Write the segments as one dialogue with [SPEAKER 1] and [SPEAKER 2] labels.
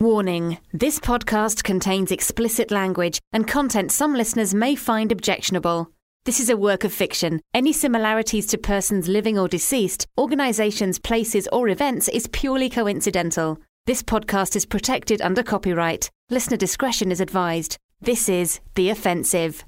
[SPEAKER 1] Warning This podcast contains explicit language and content some listeners may find objectionable. This is a work of fiction. Any similarities to persons living or deceased, organisations, places, or events is purely coincidental. This podcast is protected under copyright. Listener discretion is advised. This is The Offensive.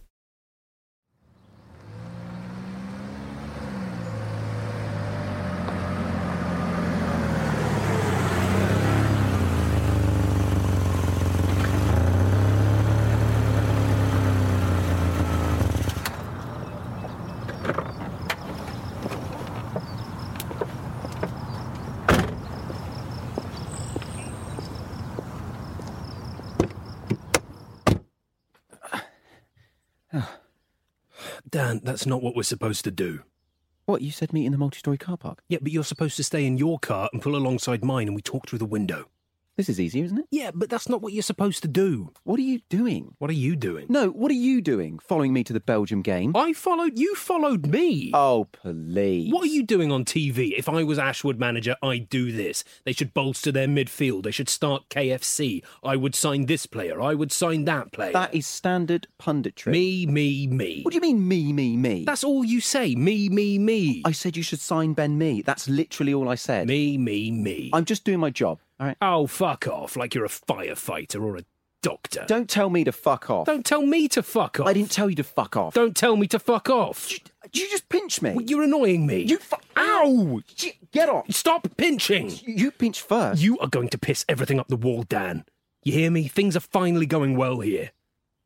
[SPEAKER 2] Dan, that's not what we're supposed to do.
[SPEAKER 3] What, you said meet in the multi story car park?
[SPEAKER 2] Yeah, but you're supposed to stay in your car and pull alongside mine and we talk through the window.
[SPEAKER 3] This is easier, isn't it?
[SPEAKER 2] Yeah, but that's not what you're supposed to do.
[SPEAKER 3] What are you doing?
[SPEAKER 2] What are you doing?
[SPEAKER 3] No, what are you doing? Following me to the Belgium game?
[SPEAKER 2] I followed you followed me.
[SPEAKER 3] Oh, please.
[SPEAKER 2] what are you doing on TV? If I was Ashwood manager, I'd do this. They should bolster their midfield. They should start KFC. I would sign this player. I would sign that player.
[SPEAKER 3] That is standard punditry.
[SPEAKER 2] me, me, me.
[SPEAKER 3] What do you mean, me, me, me?
[SPEAKER 2] That's all you say. Me, me, me.
[SPEAKER 3] I said you should sign Ben Me. That's literally all I said.
[SPEAKER 2] me, me, me.
[SPEAKER 3] I'm just doing my job, all right?
[SPEAKER 2] Oh, fuck off! Like you're a firefighter or a doctor.
[SPEAKER 3] Don't tell me to fuck off.
[SPEAKER 2] Don't tell me to fuck off.
[SPEAKER 3] I didn't tell you to fuck off.
[SPEAKER 2] Don't tell me to fuck off.
[SPEAKER 3] You just pinch me.
[SPEAKER 2] You're annoying me.
[SPEAKER 3] You fu- Ow! Sh- Get off.
[SPEAKER 2] Stop pinching.
[SPEAKER 3] You pinch first.
[SPEAKER 2] You are going to piss everything up the wall, Dan. You hear me? Things are finally going well here.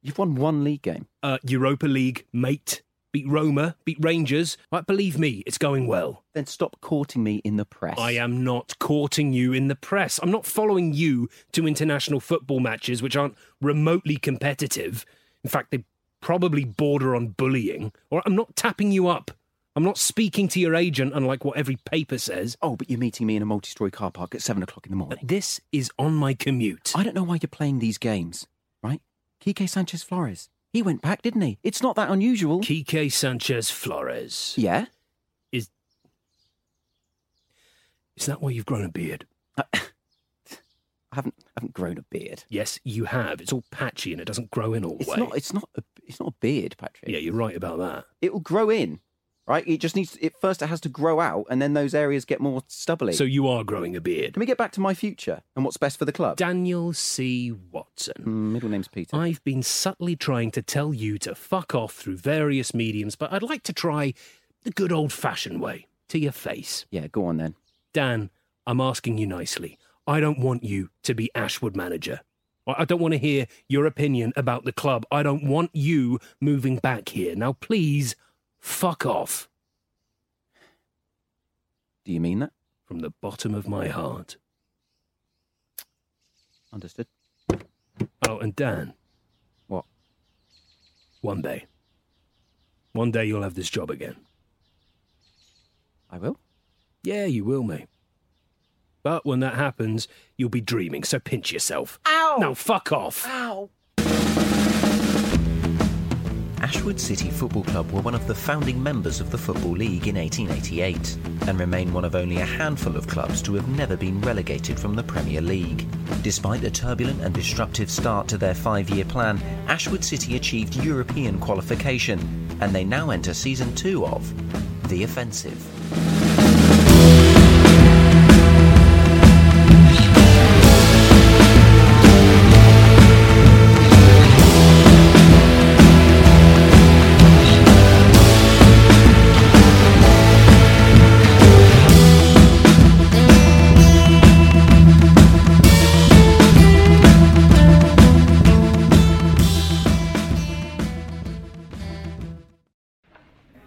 [SPEAKER 3] You've won one league game.
[SPEAKER 2] Uh, Europa League, mate. Beat Roma, beat Rangers. Right, believe me, it's going well.
[SPEAKER 3] Then stop courting me in the press.
[SPEAKER 2] I am not courting you in the press. I'm not following you to international football matches which aren't remotely competitive. In fact, they probably border on bullying. Or I'm not tapping you up. I'm not speaking to your agent, unlike what every paper says.
[SPEAKER 3] Oh, but you're meeting me in a multi story car park at seven o'clock in the morning.
[SPEAKER 2] But this is on my commute.
[SPEAKER 3] I don't know why you're playing these games, right? Kike Sanchez Flores. He went back, didn't he? It's not that unusual.
[SPEAKER 2] Kike Sanchez Flores.
[SPEAKER 3] yeah.
[SPEAKER 2] Is that why you've grown a beard?
[SPEAKER 3] I Uh, haven't I haven't grown a beard.
[SPEAKER 2] Yes, you have. It's all patchy and it doesn't grow in all the
[SPEAKER 3] It's
[SPEAKER 2] way.
[SPEAKER 3] not it's not a, it's not a beard, Patrick.
[SPEAKER 2] yeah, you're right about that.
[SPEAKER 3] It will grow in, right? It just needs it first it has to grow out and then those areas get more stubbly.
[SPEAKER 2] So you are growing a beard.
[SPEAKER 3] can we get back to my future and what's best for the club?
[SPEAKER 2] Daniel C. Watson.
[SPEAKER 3] Mm, middle name's Peter.
[SPEAKER 2] I've been subtly trying to tell you to fuck off through various mediums, but I'd like to try the good old fashioned way to your face.
[SPEAKER 3] Yeah, go on then.
[SPEAKER 2] Dan, I'm asking you nicely. I don't want you to be Ashwood manager. I I don't want to hear your opinion about the club. I don't want you moving back here. Now, please, fuck off
[SPEAKER 3] Do you mean that?
[SPEAKER 2] from the bottom of my heart.
[SPEAKER 3] Understood.
[SPEAKER 2] Oh, and Dan,
[SPEAKER 3] What?
[SPEAKER 2] one day. One day you'll have this job again.
[SPEAKER 3] I will.
[SPEAKER 2] Yeah, you will, mate. But when that happens, you'll be dreaming, so pinch yourself.
[SPEAKER 3] Ow!
[SPEAKER 2] No, fuck off.
[SPEAKER 3] Ow.
[SPEAKER 4] Ashwood City Football Club were one of the founding members of the Football League in 1888 and remain one of only a handful of clubs to have never been relegated from the Premier League. Despite a turbulent and disruptive start to their five year plan, Ashwood City achieved European qualification and they now enter season two of The Offensive.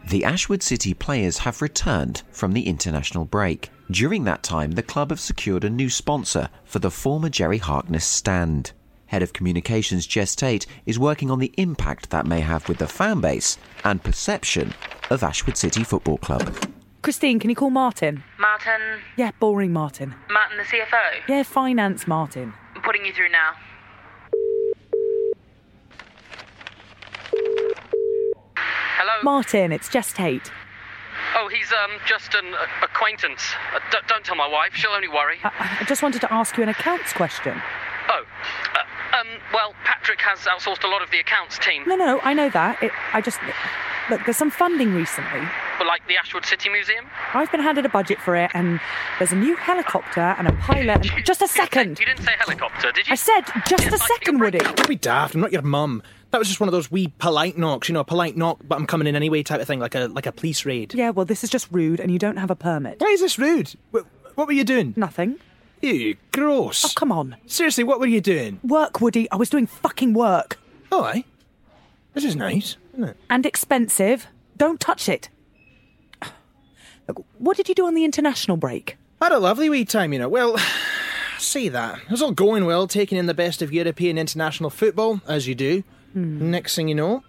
[SPEAKER 4] The Ashwood City players have returned from the international break. During that time, the club have secured a new sponsor for the former Jerry Harkness stand. Head of Communications Jess Tate is working on the impact that may have with the fan base and perception of Ashwood City Football Club.
[SPEAKER 5] Christine, can you call Martin?
[SPEAKER 6] Martin,
[SPEAKER 5] Yeah, boring Martin.
[SPEAKER 6] Martin the CFO.
[SPEAKER 5] Yeah, finance Martin.
[SPEAKER 6] I'm putting you through now. Hello.
[SPEAKER 5] Martin, it's Jess Tate.
[SPEAKER 7] Oh, he's um just an a- acquaintance. Uh, d- don't tell my wife; she'll only worry.
[SPEAKER 5] I, I just wanted to ask you an accounts question.
[SPEAKER 7] oh, uh, um, well, Patrick has outsourced a lot of the accounts team,
[SPEAKER 5] No, no, I know that. It, I just. Look, there's some funding recently.
[SPEAKER 7] But like the Ashwood City Museum.
[SPEAKER 5] I've been handed a budget for it, and there's a new helicopter and a pilot. And just a second!
[SPEAKER 7] You didn't say helicopter, did you?
[SPEAKER 5] I said just a
[SPEAKER 7] like your
[SPEAKER 5] second, Woody.
[SPEAKER 8] Don't be daft. I'm not your mum. That was just one of those wee polite knocks, you know, a polite knock, but I'm coming in anyway type of thing, like a like a police raid.
[SPEAKER 5] Yeah, well, this is just rude, and you don't have a permit.
[SPEAKER 8] Why is this rude? What, what were you doing?
[SPEAKER 5] Nothing.
[SPEAKER 8] You
[SPEAKER 5] Oh,
[SPEAKER 8] gross.
[SPEAKER 5] come on.
[SPEAKER 8] Seriously, what were you doing?
[SPEAKER 5] Work, Woody. I was doing fucking work.
[SPEAKER 8] Oh, aye. This is nice, isn't it?
[SPEAKER 5] And expensive. Don't touch it. Look, what did you do on the international break?
[SPEAKER 8] Had a lovely wee time, you know. Well, say that. It was all going well, taking in the best of European international football, as you do.
[SPEAKER 5] Hmm.
[SPEAKER 8] Next thing you know,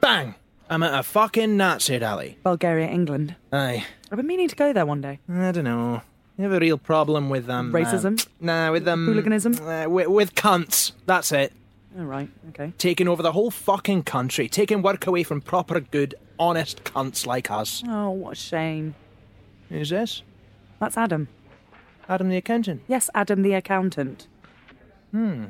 [SPEAKER 8] bang! I'm at a fucking Nazi rally.
[SPEAKER 5] Bulgaria, England.
[SPEAKER 8] Aye.
[SPEAKER 5] I've been meaning to go there one day.
[SPEAKER 8] I don't know. You have a real problem with um,
[SPEAKER 5] Racism?
[SPEAKER 8] uh, nah, with um,
[SPEAKER 5] Hooliganism?
[SPEAKER 8] Uh, with, with cunts. That's it.
[SPEAKER 5] All right. Okay.
[SPEAKER 8] Taking over the whole fucking country, taking work away from proper, good, honest cunts like us.
[SPEAKER 5] Oh, what a shame.
[SPEAKER 8] Who's this?
[SPEAKER 5] That's Adam.
[SPEAKER 8] Adam the accountant.
[SPEAKER 5] Yes, Adam the accountant. Hmm.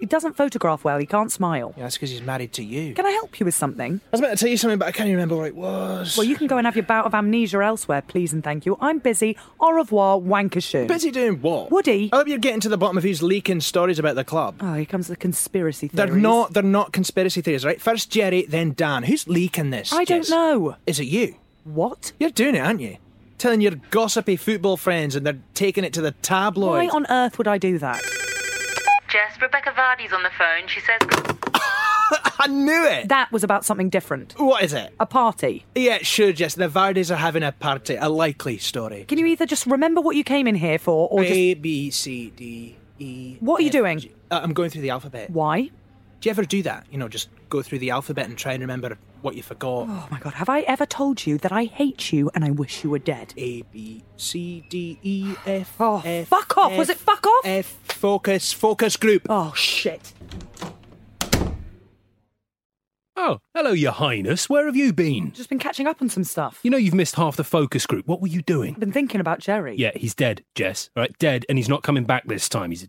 [SPEAKER 5] He doesn't photograph well. He can't smile.
[SPEAKER 8] Yeah, that's because he's married to you.
[SPEAKER 5] Can I help you with something?
[SPEAKER 8] I was about to tell you something, but I can't remember what it was.
[SPEAKER 5] Well, you can go and have your bout of amnesia elsewhere, please and thank you. I'm busy. Au revoir, wankashoon.
[SPEAKER 8] busy doing what?
[SPEAKER 5] Woody.
[SPEAKER 8] I hope you're getting to the bottom of these leaking stories about the club.
[SPEAKER 5] Oh, here comes the conspiracy
[SPEAKER 8] They're
[SPEAKER 5] theories.
[SPEAKER 8] not. They're not conspiracy theories, right? First Jerry, then Dan. Who's leaking this?
[SPEAKER 5] I don't
[SPEAKER 8] Jess?
[SPEAKER 5] know.
[SPEAKER 8] Is it you?
[SPEAKER 5] What?
[SPEAKER 8] You're doing it, aren't you? Telling your gossipy football friends and they're taking it to the
[SPEAKER 5] Why
[SPEAKER 8] tabloid.
[SPEAKER 5] on earth would I do that?
[SPEAKER 6] Jess, Rebecca Vardy's on the phone. She says
[SPEAKER 8] I knew it!
[SPEAKER 5] That was about something different.
[SPEAKER 8] What is it?
[SPEAKER 5] A party.
[SPEAKER 8] Yeah, sure, Jess. The Vardies are having a party. A likely story.
[SPEAKER 5] Can you either just remember what you came in here for or just.
[SPEAKER 8] A, B, C, D, E.
[SPEAKER 5] What are you
[SPEAKER 8] F,
[SPEAKER 5] doing?
[SPEAKER 8] G- Uh, I'm going through the alphabet.
[SPEAKER 5] Why?
[SPEAKER 8] Do you ever do that? You know, just go through the alphabet and try and remember what you forgot.
[SPEAKER 5] Oh my god, have I ever told you that I hate you and I wish you were dead?
[SPEAKER 8] A, B, C, D, E, F.
[SPEAKER 5] Oh,
[SPEAKER 8] F,
[SPEAKER 5] fuck off. Was
[SPEAKER 8] F,
[SPEAKER 5] it fuck off?
[SPEAKER 8] F. Focus. Focus group.
[SPEAKER 5] Oh shit.
[SPEAKER 2] Oh, hello, Your Highness. Where have you been?
[SPEAKER 5] Just been catching up on some stuff.
[SPEAKER 2] You know you've missed half the focus group. What were you doing?
[SPEAKER 5] Been thinking about Jerry.
[SPEAKER 2] Yeah, he's dead, Jess. All right, dead, and he's not coming back this time. He's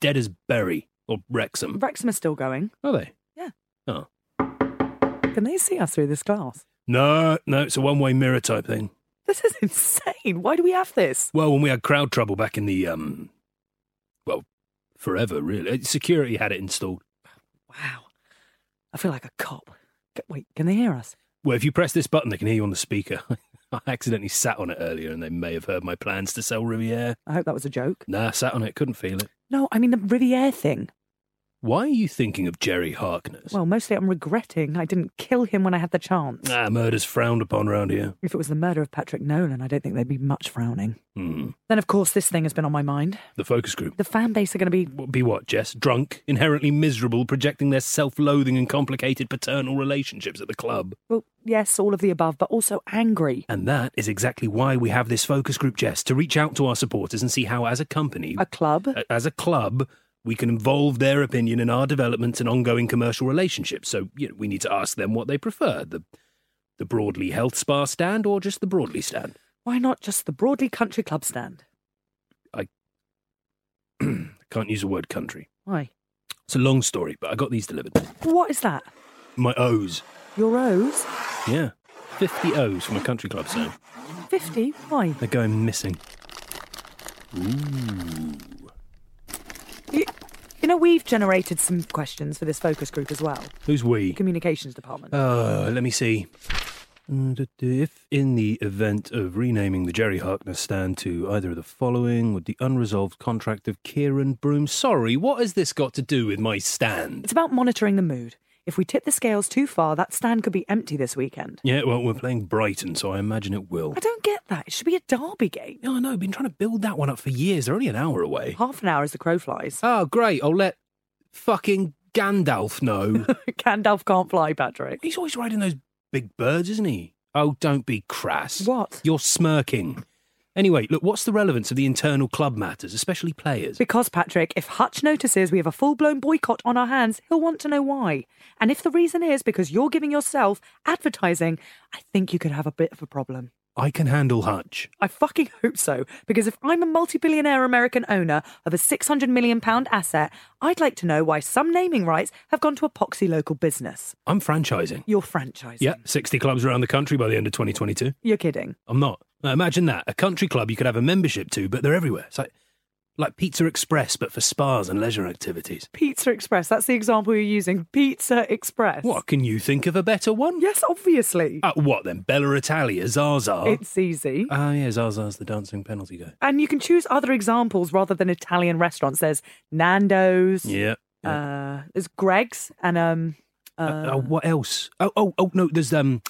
[SPEAKER 2] dead as Berry or Wrexham.
[SPEAKER 5] Wrexham is still going.
[SPEAKER 2] Are they?
[SPEAKER 5] Yeah.
[SPEAKER 2] Oh.
[SPEAKER 5] Can they see us through this glass?
[SPEAKER 2] No, no, it's a one way mirror type thing.
[SPEAKER 5] This is insane. Why do we have this?
[SPEAKER 2] Well, when we had crowd trouble back in the, um, well, forever, really. Security had it installed.
[SPEAKER 5] Wow. I feel like a cop. C- Wait, can they hear us?
[SPEAKER 2] Well, if you press this button, they can hear you on the speaker. I accidentally sat on it earlier and they may have heard my plans to sell Riviere.
[SPEAKER 5] I hope that was a joke.
[SPEAKER 2] Nah, sat on it, couldn't feel it.
[SPEAKER 5] No, I mean the Riviere thing.
[SPEAKER 2] Why are you thinking of Jerry Harkness?
[SPEAKER 5] Well, mostly I'm regretting I didn't kill him when I had the chance.
[SPEAKER 2] ah, murder's frowned upon round here.
[SPEAKER 5] If it was the murder of Patrick Nolan, I don't think there'd be much frowning.
[SPEAKER 2] Hmm.
[SPEAKER 5] Then, of course, this thing has been on my mind.
[SPEAKER 2] The focus group.
[SPEAKER 5] The fan base are going to be.
[SPEAKER 2] What- Be what, Jess? Drunk, inherently miserable, projecting their self loathing and complicated paternal relationships at the club.
[SPEAKER 5] Well, yes, all of the above, but also angry.
[SPEAKER 2] And that is exactly why we have this focus group, Jess, to reach out to our supporters and see how, as a company,
[SPEAKER 5] A club?
[SPEAKER 2] a- as a club, We can involve their opinion in our development and ongoing commercial relationships. So you know, we need to ask them what they prefer the, the Broadly Health Spa stand or just the Broadly stand.
[SPEAKER 5] Why not just the Broadley Country Club stand?
[SPEAKER 2] Can't use the word country.
[SPEAKER 5] Why?
[SPEAKER 2] It's a long story, but I got these delivered.
[SPEAKER 5] What is that?
[SPEAKER 2] My O's.
[SPEAKER 5] Your O's?
[SPEAKER 2] Yeah. 50 O's from a country club sound.
[SPEAKER 5] 50? Why?
[SPEAKER 2] They're going missing.
[SPEAKER 5] You, you know, we've generated some questions for this focus group as well.
[SPEAKER 2] Who's we?
[SPEAKER 5] Communications department.
[SPEAKER 2] Uh, let me see. If in the event of renaming the Jerry Harkness stand to either of the following, would the unresolved contract of Kieran Broom? Sorry, what has this got to do with my stand?
[SPEAKER 5] It's about monitoring the mood. If we tip the scales too far, that stand could be empty this weekend.
[SPEAKER 2] Yeah, well, we're playing Brighton, so I imagine it will.
[SPEAKER 5] I don't get that. It should be a derby game.
[SPEAKER 2] No, I know. Been trying to build that one up for years. They're only an hour away.
[SPEAKER 5] Half an hour as the crow flies.
[SPEAKER 2] Oh, great. I'll let fucking Gandalf know.
[SPEAKER 5] Gandalf can't fly, Patrick.
[SPEAKER 2] He's always riding those big birds, isn't he? Oh, don't be crass.
[SPEAKER 5] What?
[SPEAKER 2] You're smirking. Anyway, look, what's the relevance of the internal club matters, especially players?
[SPEAKER 5] Because, Patrick, if Hutch notices we have a full blown boycott on our hands, he'll want to know why. And if the reason is because you're giving yourself advertising, I think you could have a bit of a problem.
[SPEAKER 2] I can handle Hutch.
[SPEAKER 5] I fucking hope so, because if I'm a multi billionaire American owner of a £600 million asset, I'd like to know why some naming rights have gone to a poxy local business.
[SPEAKER 2] I'm franchising.
[SPEAKER 5] Your franchise.
[SPEAKER 2] Yeah, 60 clubs around the country by the end of 2022.
[SPEAKER 5] You're kidding.
[SPEAKER 2] I'm not. Now, imagine that. A country club you could have a membership to, but they're everywhere. It's like, like Pizza Express, but for spas and leisure activities.
[SPEAKER 5] Pizza Express, that's the example you're using. Pizza Express.
[SPEAKER 2] What, can you think of a better one?
[SPEAKER 5] Yes, obviously.
[SPEAKER 2] Uh, what then? Bella Italia, Zaza.
[SPEAKER 5] It's easy.
[SPEAKER 2] Ah, yeah, Zaza's the dancing penalty guy.
[SPEAKER 5] and you can choose other examples rather than Italian restaurants. There's Nando's.
[SPEAKER 2] Yeah.
[SPEAKER 5] Uh, there's Greg's and um. Uh,
[SPEAKER 2] Uh, uh, what else? Oh, oh, oh, no, there's, um,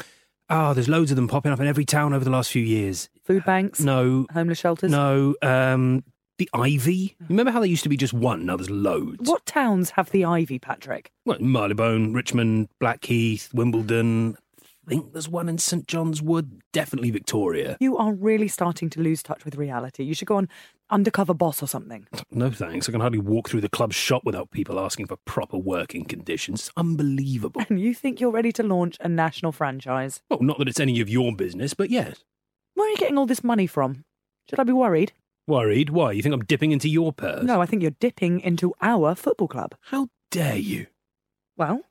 [SPEAKER 2] ah, there's loads of them popping up in every town over the last few years.
[SPEAKER 5] food banks.
[SPEAKER 2] No,
[SPEAKER 5] Homeless shelters.
[SPEAKER 2] no, um, the Ivy. You remember how there used to be just one? Now there's loads.
[SPEAKER 5] What towns have the ivy, Patrick?
[SPEAKER 2] Well, Marylebone, Richmond, Blackheath, Wimbledon. I think there's one in St John's Wood. Definitely Victoria.
[SPEAKER 5] You are really starting to lose touch with reality. You should go on undercover boss or something.
[SPEAKER 2] No thanks. I can hardly walk through the club shop without people asking for proper working conditions. It's unbelievable.
[SPEAKER 5] And you think you're ready to launch a national franchise?
[SPEAKER 2] well, not that it's any of your business, but yes.
[SPEAKER 5] Where are you getting all this money from? Should I be worried?
[SPEAKER 2] Worried? Why? You think I'm dipping into your purse?
[SPEAKER 5] No, I think you're dipping into our football club.
[SPEAKER 2] Uh, How dare you?
[SPEAKER 5] Well,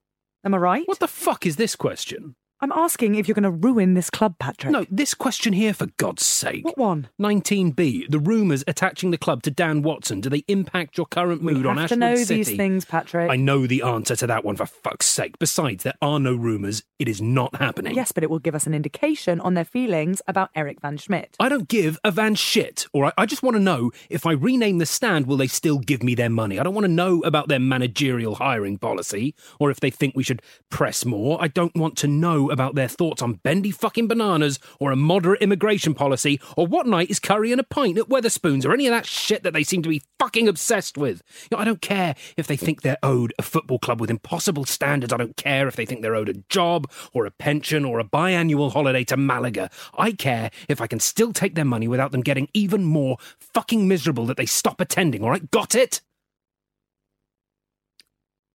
[SPEAKER 5] am I right?
[SPEAKER 2] What the fuck is this question?
[SPEAKER 5] I'm asking if you're going to ruin this club, Patrick.
[SPEAKER 2] No, this question here, for God's sake.
[SPEAKER 5] What one?
[SPEAKER 2] 19b. The rumours attaching the club to Dan Watson. Do they impact your current mood
[SPEAKER 5] we
[SPEAKER 2] on
[SPEAKER 5] have to
[SPEAKER 2] Ashwood
[SPEAKER 5] know
[SPEAKER 2] City?
[SPEAKER 5] these things, Patrick.
[SPEAKER 2] I know the answer to that one for fuck's sake. Besides, there are no rumours. It is not happening.
[SPEAKER 5] Yes, but it will give us an indication on their feelings about Eric Van Schmidt.
[SPEAKER 2] I don't give a van shit, all right? I just want to know if I rename the stand, will they still give me their money? I don't want to know about their managerial hiring policy or if they think we should press more. I don't want to know about their thoughts on bendy fucking bananas or a moderate immigration policy or what night is curry and a pint at Weatherspoons or any of that shit that they seem to be fucking obsessed with. You know, I don't care if they think they're owed a football club with impossible standards. I don't care if they think they're owed a job or a pension or a biannual holiday to Malaga. I care if I can still take their money without them getting even more fucking miserable that they stop attending, all right? Got it?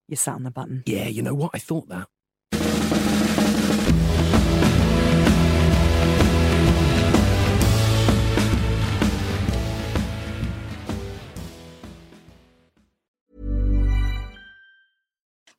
[SPEAKER 5] You sat on the button.
[SPEAKER 2] Yeah, you know what? I thought that.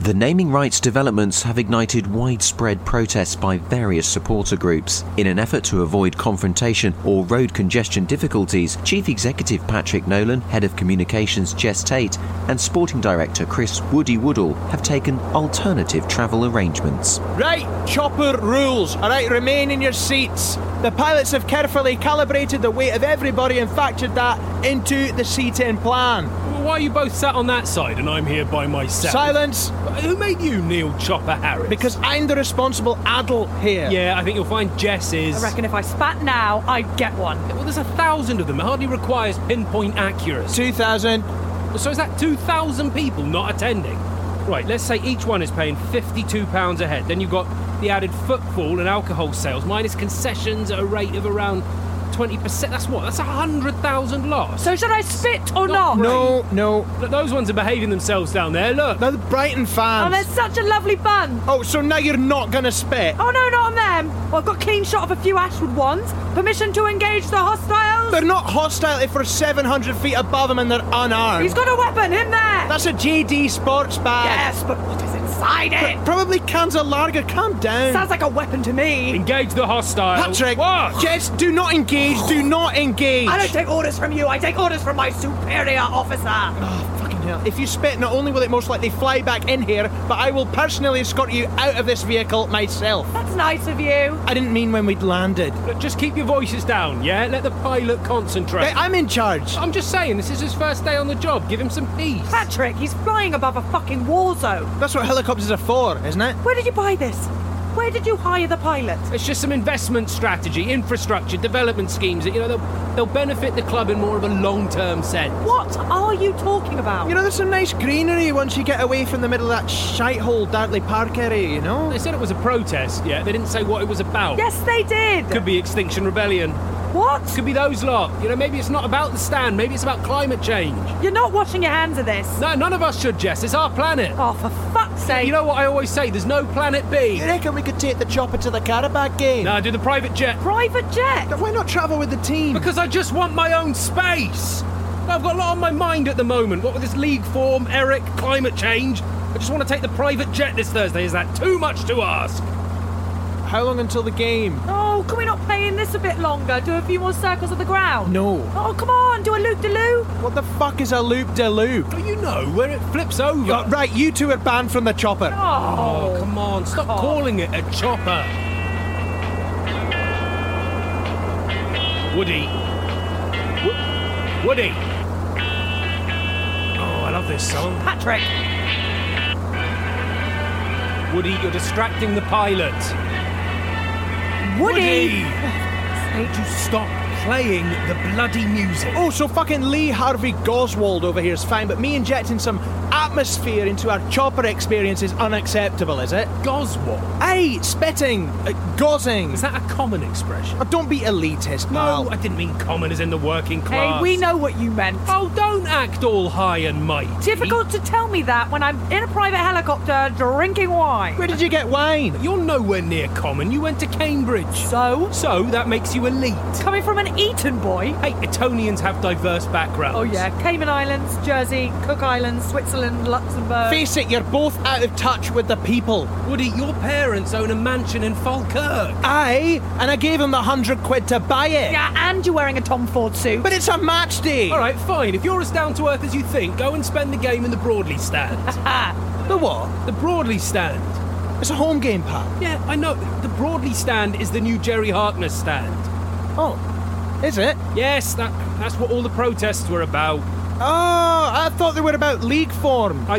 [SPEAKER 4] The naming rights developments have ignited widespread protests by various supporter groups. In an effort to avoid confrontation or road congestion difficulties, Chief Executive Patrick Nolan, Head of Communications Jess Tate, and Sporting Director Chris Woody Woodall have taken alternative travel arrangements.
[SPEAKER 8] Right, chopper rules. All right, remain in your seats. The pilots have carefully calibrated the weight of everybody and factored that into the C10 plan.
[SPEAKER 2] Why are you both sat on that side and I'm here by myself?
[SPEAKER 8] Silence!
[SPEAKER 2] Who made you Neil Chopper Harris?
[SPEAKER 8] Because I'm the responsible adult here.
[SPEAKER 2] Yeah, I think you'll find Jess is.
[SPEAKER 9] I reckon if I spat now, I'd get one.
[SPEAKER 2] Well, there's a thousand of them. It hardly requires pinpoint accuracy.
[SPEAKER 8] 2,000.
[SPEAKER 2] So is that 2,000 people not attending? Right, let's say each one is paying £52 a head. Then you've got the added footfall and alcohol sales, minus concessions at a rate of around 20%. That's what? That's 100,000 lost.
[SPEAKER 9] So should I spit or not?
[SPEAKER 8] No, no.
[SPEAKER 2] Look, those ones are behaving themselves down there, look.
[SPEAKER 8] They're the Brighton fans.
[SPEAKER 9] Oh, they're such a lovely bun.
[SPEAKER 8] Oh, so now you're not going to spit?
[SPEAKER 9] Oh, no, not on them. Well, I've got clean shot of a few Ashwood ones. Permission to engage the hostiles.
[SPEAKER 8] They're not hostile if we're 700 feet above them and they're unarmed.
[SPEAKER 9] He's got a weapon, him there.
[SPEAKER 8] That's a JD sports bag.
[SPEAKER 9] Yes, but what is inside it?
[SPEAKER 8] P- probably cans of lager. Calm down.
[SPEAKER 9] Sounds like a weapon to me.
[SPEAKER 2] Engage the hostile.
[SPEAKER 8] Patrick.
[SPEAKER 2] What?
[SPEAKER 8] Jess, do not engage do not engage.
[SPEAKER 9] I don't take orders from you. I take orders from my superior officer.
[SPEAKER 8] Oh, fucking hell. If you spit, not only will it most likely fly back in here, but I will personally escort you out of this vehicle myself.
[SPEAKER 9] That's nice of you.
[SPEAKER 8] I didn't mean when we'd landed.
[SPEAKER 2] Look, just keep your voices down, yeah? Let the pilot concentrate. Hey,
[SPEAKER 8] I'm in charge.
[SPEAKER 2] I'm just saying, this is his first day on the job. Give him some peace.
[SPEAKER 9] Patrick, he's flying above a fucking war zone.
[SPEAKER 8] That's what helicopters are for, isn't it?
[SPEAKER 9] Where did you buy this? Where did you hire the pilot?
[SPEAKER 2] It's just some investment strategy, infrastructure, development schemes that, you know, they'll, they'll benefit the club in more of a long term sense.
[SPEAKER 9] What are you talking about?
[SPEAKER 8] You know, there's some nice greenery once you get away from the middle of that shithole Dartley Park area, you know?
[SPEAKER 2] They said it was a protest, yeah. They didn't say what it was about.
[SPEAKER 9] Yes, they did!
[SPEAKER 2] Could be Extinction Rebellion.
[SPEAKER 9] What?
[SPEAKER 2] Could be those lot. You know, maybe it's not about the stand, maybe it's about climate change.
[SPEAKER 9] You're not washing your hands of this.
[SPEAKER 2] No, none of us should, Jess. It's our planet.
[SPEAKER 9] Oh, for fuck's sake.
[SPEAKER 2] You know what I always say? There's no planet B.
[SPEAKER 8] You reckon we could take the chopper to the Karabakh game?
[SPEAKER 2] No, do the private jet.
[SPEAKER 9] Private jet?
[SPEAKER 8] Why not travel with the team?
[SPEAKER 2] Because I just want my own space. I've got a lot on my mind at the moment. What with this league form, Eric, climate change. I just want to take the private jet this Thursday. Is that too much to ask?
[SPEAKER 8] How long until the game?
[SPEAKER 9] Oh, can we not play in this a bit longer? Do a few more circles of the ground?
[SPEAKER 8] No.
[SPEAKER 9] Oh, come on, do a loop de loop.
[SPEAKER 8] What the fuck is a loop de loop?
[SPEAKER 2] Oh, you know, where it flips over.
[SPEAKER 8] You're right, you two are banned from the chopper.
[SPEAKER 9] Oh,
[SPEAKER 2] oh come on, stop God. calling it a chopper. Woody. Wo- Woody. Oh, I love this song.
[SPEAKER 9] Patrick.
[SPEAKER 2] Woody, you're distracting the pilot.
[SPEAKER 9] Woody! Woody.
[SPEAKER 2] Would you stop playing the bloody music.
[SPEAKER 8] Oh, so fucking Lee Harvey Goswald over here is fine, but me injecting some atmosphere into our chopper experience is unacceptable, is it?
[SPEAKER 2] Goswald?
[SPEAKER 8] Aye, spitting, uh, gozing. Is
[SPEAKER 2] that a common expression?
[SPEAKER 8] Oh, don't be elitist,
[SPEAKER 2] pal. No, I didn't mean common as in the working class.
[SPEAKER 9] Hey, we know what you meant.
[SPEAKER 2] Oh, don't act all high and mighty.
[SPEAKER 9] Difficult to tell me that when I'm in a private helicopter drinking wine.
[SPEAKER 8] Where did you get wine?
[SPEAKER 2] You're nowhere near common. You went to Cambridge.
[SPEAKER 9] So?
[SPEAKER 2] So that makes you elite.
[SPEAKER 9] Coming from an Eton boy?
[SPEAKER 2] Hey, Etonians have diverse backgrounds.
[SPEAKER 9] Oh, yeah. Cayman Islands, Jersey, Cook Islands, Switzerland, Luxembourg.
[SPEAKER 8] Face it, you're both out of touch with the people.
[SPEAKER 2] Woody, your parents own a mansion in Falkirk.
[SPEAKER 8] Aye, and I gave him the hundred quid to buy it.
[SPEAKER 9] Yeah, and you're wearing a Tom Ford suit.
[SPEAKER 8] But it's a match day.
[SPEAKER 2] All right, fine. If you're as down to earth as you think, go and spend the game in the Broadley stand.
[SPEAKER 8] the what?
[SPEAKER 2] The Broadley stand.
[SPEAKER 8] It's a home game, pal.
[SPEAKER 2] Yeah, I know. The Broadley stand is the new Jerry Harkness stand.
[SPEAKER 8] Oh, is it?
[SPEAKER 2] Yes, that, that's what all the protests were about.
[SPEAKER 8] Oh, I thought they were about league form.
[SPEAKER 2] I,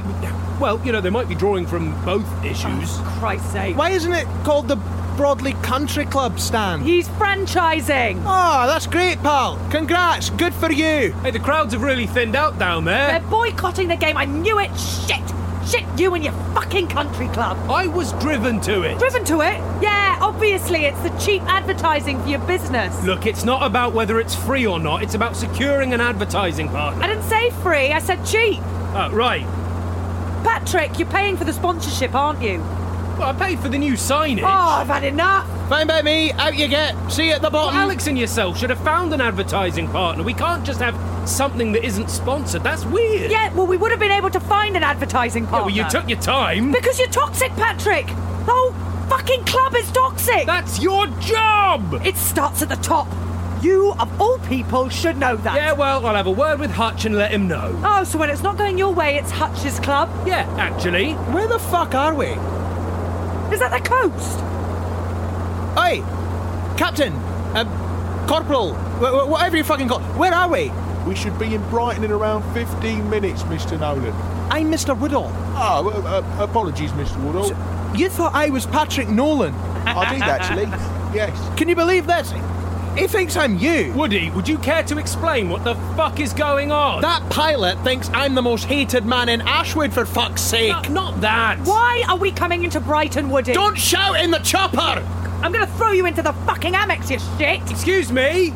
[SPEAKER 2] well, you know, they might be drawing from both issues. Oh,
[SPEAKER 9] Christ's sake.
[SPEAKER 8] Why isn't it called the Broadley Country Club stand?
[SPEAKER 9] He's franchising.
[SPEAKER 8] Oh, that's great, pal. Congrats. Good for you.
[SPEAKER 2] Hey, the crowds have really thinned out down there.
[SPEAKER 9] They're boycotting the game. I knew it. Shit. Shit, you and your fucking country club.
[SPEAKER 2] I was driven to it.
[SPEAKER 9] Driven to it? Yeah, obviously, it's the cheap advertising for your business.
[SPEAKER 2] Look, it's not about whether it's free or not, it's about securing an advertising partner.
[SPEAKER 9] I didn't say free, I said cheap.
[SPEAKER 2] Oh, right.
[SPEAKER 9] Patrick, you're paying for the sponsorship, aren't you?
[SPEAKER 2] Well, I paid for the new signage. Oh,
[SPEAKER 9] I've had enough.
[SPEAKER 8] Fine by me, out you get. See you at the bottom.
[SPEAKER 2] Well, Alex and yourself should have found an advertising partner. We can't just have something that isn't sponsored. That's weird.
[SPEAKER 9] Yeah, well, we would have been able to find an advertising partner.
[SPEAKER 2] Yeah, well, you took your time.
[SPEAKER 9] Because you're toxic, Patrick. The whole fucking club is toxic.
[SPEAKER 2] That's your job.
[SPEAKER 9] It starts at the top. You, of all people, should know that.
[SPEAKER 2] Yeah, well, I'll have a word with Hutch and let him know.
[SPEAKER 9] Oh, so when it's not going your way, it's Hutch's club?
[SPEAKER 2] Yeah, actually.
[SPEAKER 8] Where the fuck are we?
[SPEAKER 9] Is that the coast?
[SPEAKER 8] Hey, Captain, um, Corporal, wh- wh- whatever you fucking call. Where are we?
[SPEAKER 10] We should be in Brighton in around 15 minutes, Mr. Nolan.
[SPEAKER 8] I'm Mr. Woodall.
[SPEAKER 10] Oh, uh, uh, apologies, Mr. Woodall. So
[SPEAKER 8] you thought I was Patrick Nolan?
[SPEAKER 10] I did actually. Yes.
[SPEAKER 8] Can you believe this? He thinks I'm you.
[SPEAKER 2] Woody, would you care to explain what the fuck is going on?
[SPEAKER 8] That pilot thinks I'm the most hated man in Ashwood, for fuck's sake.
[SPEAKER 2] No, not that.
[SPEAKER 9] Why are we coming into Brighton, Woody?
[SPEAKER 8] Don't shout in the chopper!
[SPEAKER 9] I'm gonna throw you into the fucking Amex, you shit!
[SPEAKER 2] Excuse me?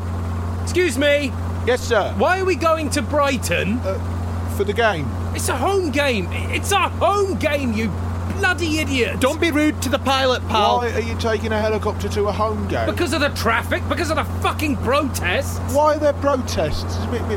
[SPEAKER 2] Excuse me?
[SPEAKER 10] Yes, sir.
[SPEAKER 2] Why are we going to Brighton?
[SPEAKER 10] Uh, for the game.
[SPEAKER 2] It's a home game. It's a home game, you bloody idiot!
[SPEAKER 8] Don't be rude to the pilot, pal.
[SPEAKER 10] Why are you taking a helicopter to a home game?
[SPEAKER 2] Because of the traffic, because of the fucking protests.
[SPEAKER 10] Why are there protests?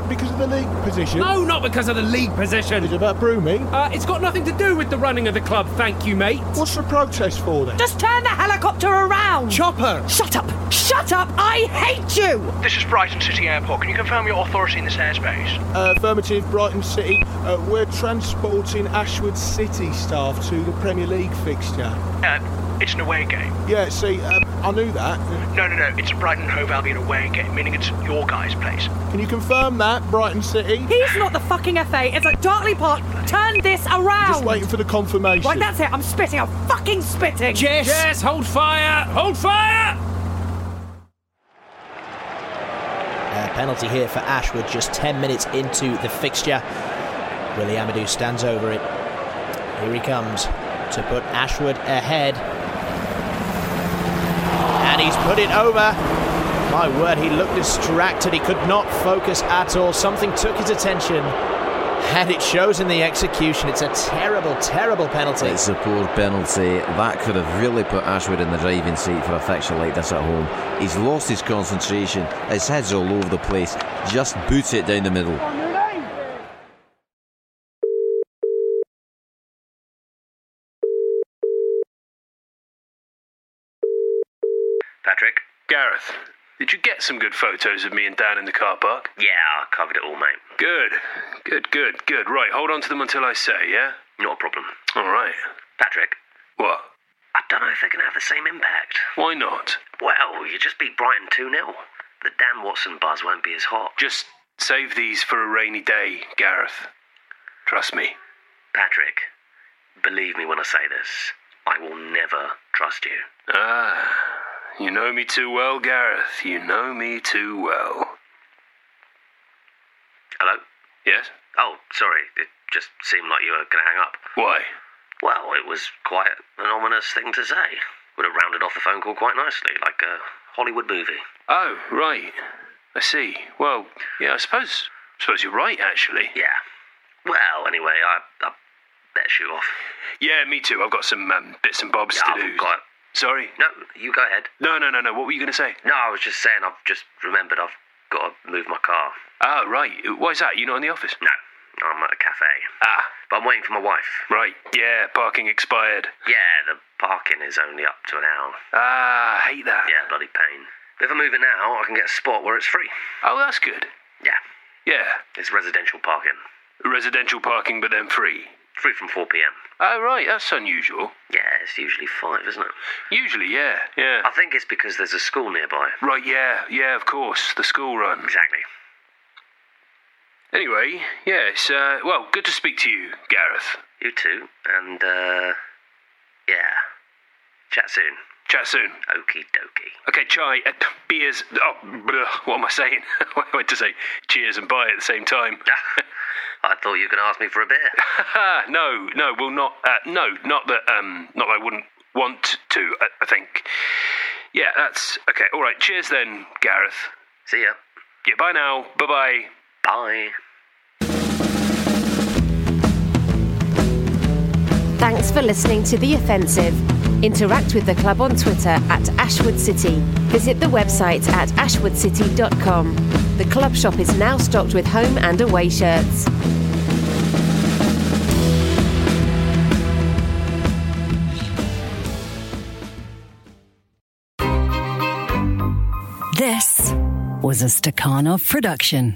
[SPEAKER 10] Because of the league position?
[SPEAKER 2] No, not because of the league position.
[SPEAKER 10] Is it about brooming?
[SPEAKER 2] Uh, it's got nothing to do with the running of the club, thank you, mate.
[SPEAKER 10] What's the protest for then?
[SPEAKER 9] Just turn the helicopter around!
[SPEAKER 8] Chopper!
[SPEAKER 9] Shut up! Shut up! I hate you!
[SPEAKER 11] This is Brighton City Airport. Can you confirm your authority in this airspace?
[SPEAKER 10] Uh, affirmative, Brighton City. Uh, we're transporting Ashwood City staff to the Premier League fixture.
[SPEAKER 11] Uh, it's an away game.
[SPEAKER 10] Yeah, see, um, I knew that.
[SPEAKER 11] No, no, no. It's a Brighton Hove Albion away game, meaning it's your guys' place.
[SPEAKER 10] Can you confirm that, Brighton City?
[SPEAKER 9] He's not the fucking FA. It's at Dartley Park. Turn this around.
[SPEAKER 10] Just waiting for the confirmation.
[SPEAKER 9] Right, that's it. I'm spitting. I'm fucking spitting.
[SPEAKER 2] Jess, Jess, hold fire! Hold fire!
[SPEAKER 12] A penalty here for Ashwood. Just ten minutes into the fixture, Willie Amadou stands over it. Here he comes to put Ashwood ahead. And he's put it over. My word, he looked distracted. He could not focus at all. Something took his attention. And it shows in the execution. It's a terrible, terrible penalty.
[SPEAKER 13] It's a poor penalty. That could have really put Ashwood in the driving seat for a fixture like this at home. He's lost his concentration. His head's all over the place. Just boot it down the middle.
[SPEAKER 14] Patrick.
[SPEAKER 7] Gareth, did you get some good photos of me and Dan in the car park?
[SPEAKER 14] Yeah, I covered it all, mate.
[SPEAKER 7] Good. Good, good, good. Right, hold on to them until I say, yeah?
[SPEAKER 14] Not a problem.
[SPEAKER 7] All right.
[SPEAKER 14] Patrick.
[SPEAKER 7] What?
[SPEAKER 14] I don't know if they're going to have the same impact.
[SPEAKER 7] Why not?
[SPEAKER 14] Well, you just beat Brighton 2 0. The Dan Watson buzz won't be as hot.
[SPEAKER 7] Just save these for a rainy day, Gareth. Trust me.
[SPEAKER 14] Patrick, believe me when I say this. I will never trust you.
[SPEAKER 7] Ah.
[SPEAKER 14] You know me too well, Gareth. You know me too well. Hello? Yes? Oh, sorry. It just seemed like you were going to hang up. Why? Well, it was quite an ominous thing to say. Would have rounded off the phone call quite nicely, like a Hollywood movie.
[SPEAKER 11] Oh, right. I see. Well, yeah, I suppose suppose you're right, actually.
[SPEAKER 14] Yeah. Well, anyway, I, I better shoot off.
[SPEAKER 11] Yeah, me too. I've got some um, bits and bobs to do. Sorry?
[SPEAKER 14] No, you go ahead.
[SPEAKER 11] No, no, no, no. What were you going to say?
[SPEAKER 14] No, I was just saying I've just remembered I've got to move my car.
[SPEAKER 11] Ah, right. Why's that? You not in the office?
[SPEAKER 14] No. I'm at a cafe. Ah. But I'm waiting for my wife.
[SPEAKER 11] Right. Yeah, parking expired.
[SPEAKER 14] Yeah, the parking is only up to an hour.
[SPEAKER 11] Ah, I hate that.
[SPEAKER 14] Yeah, bloody pain. If I move it now, I can get a spot where it's free.
[SPEAKER 11] Oh, that's good.
[SPEAKER 14] Yeah.
[SPEAKER 11] Yeah.
[SPEAKER 14] It's residential parking.
[SPEAKER 11] Residential parking, but then free.
[SPEAKER 14] Free from 4 pm.
[SPEAKER 11] Oh, right. That's unusual.
[SPEAKER 14] Yeah, it's usually 5, isn't it?
[SPEAKER 11] Usually, yeah, yeah.
[SPEAKER 14] I think it's because there's a school nearby.
[SPEAKER 11] Right, yeah, yeah, of course. The school run.
[SPEAKER 14] Exactly.
[SPEAKER 11] Anyway, yes, uh, well, good to speak to you, Gareth.
[SPEAKER 14] You too. And, uh, yeah. Chat soon.
[SPEAKER 11] Chat soon.
[SPEAKER 14] Okie dokie.
[SPEAKER 11] Okay, chai, uh, beers. Oh, bleh, what am I saying? I went to say cheers and bye at the same time.
[SPEAKER 14] I thought you were going to ask me for a beer.
[SPEAKER 11] no, no, well, not. Uh, no, not that. Um, not that I wouldn't want to. I, I think. Yeah, that's okay. All right. Cheers then, Gareth.
[SPEAKER 14] See ya.
[SPEAKER 11] Yeah. Bye now. Bye bye.
[SPEAKER 14] Bye.
[SPEAKER 1] Thanks for listening to The Offensive. Interact with the club on Twitter at Ashwood City. Visit the website at ashwoodcity.com. The club shop is now stocked with home and away shirts.
[SPEAKER 15] This was a Stakhanov production.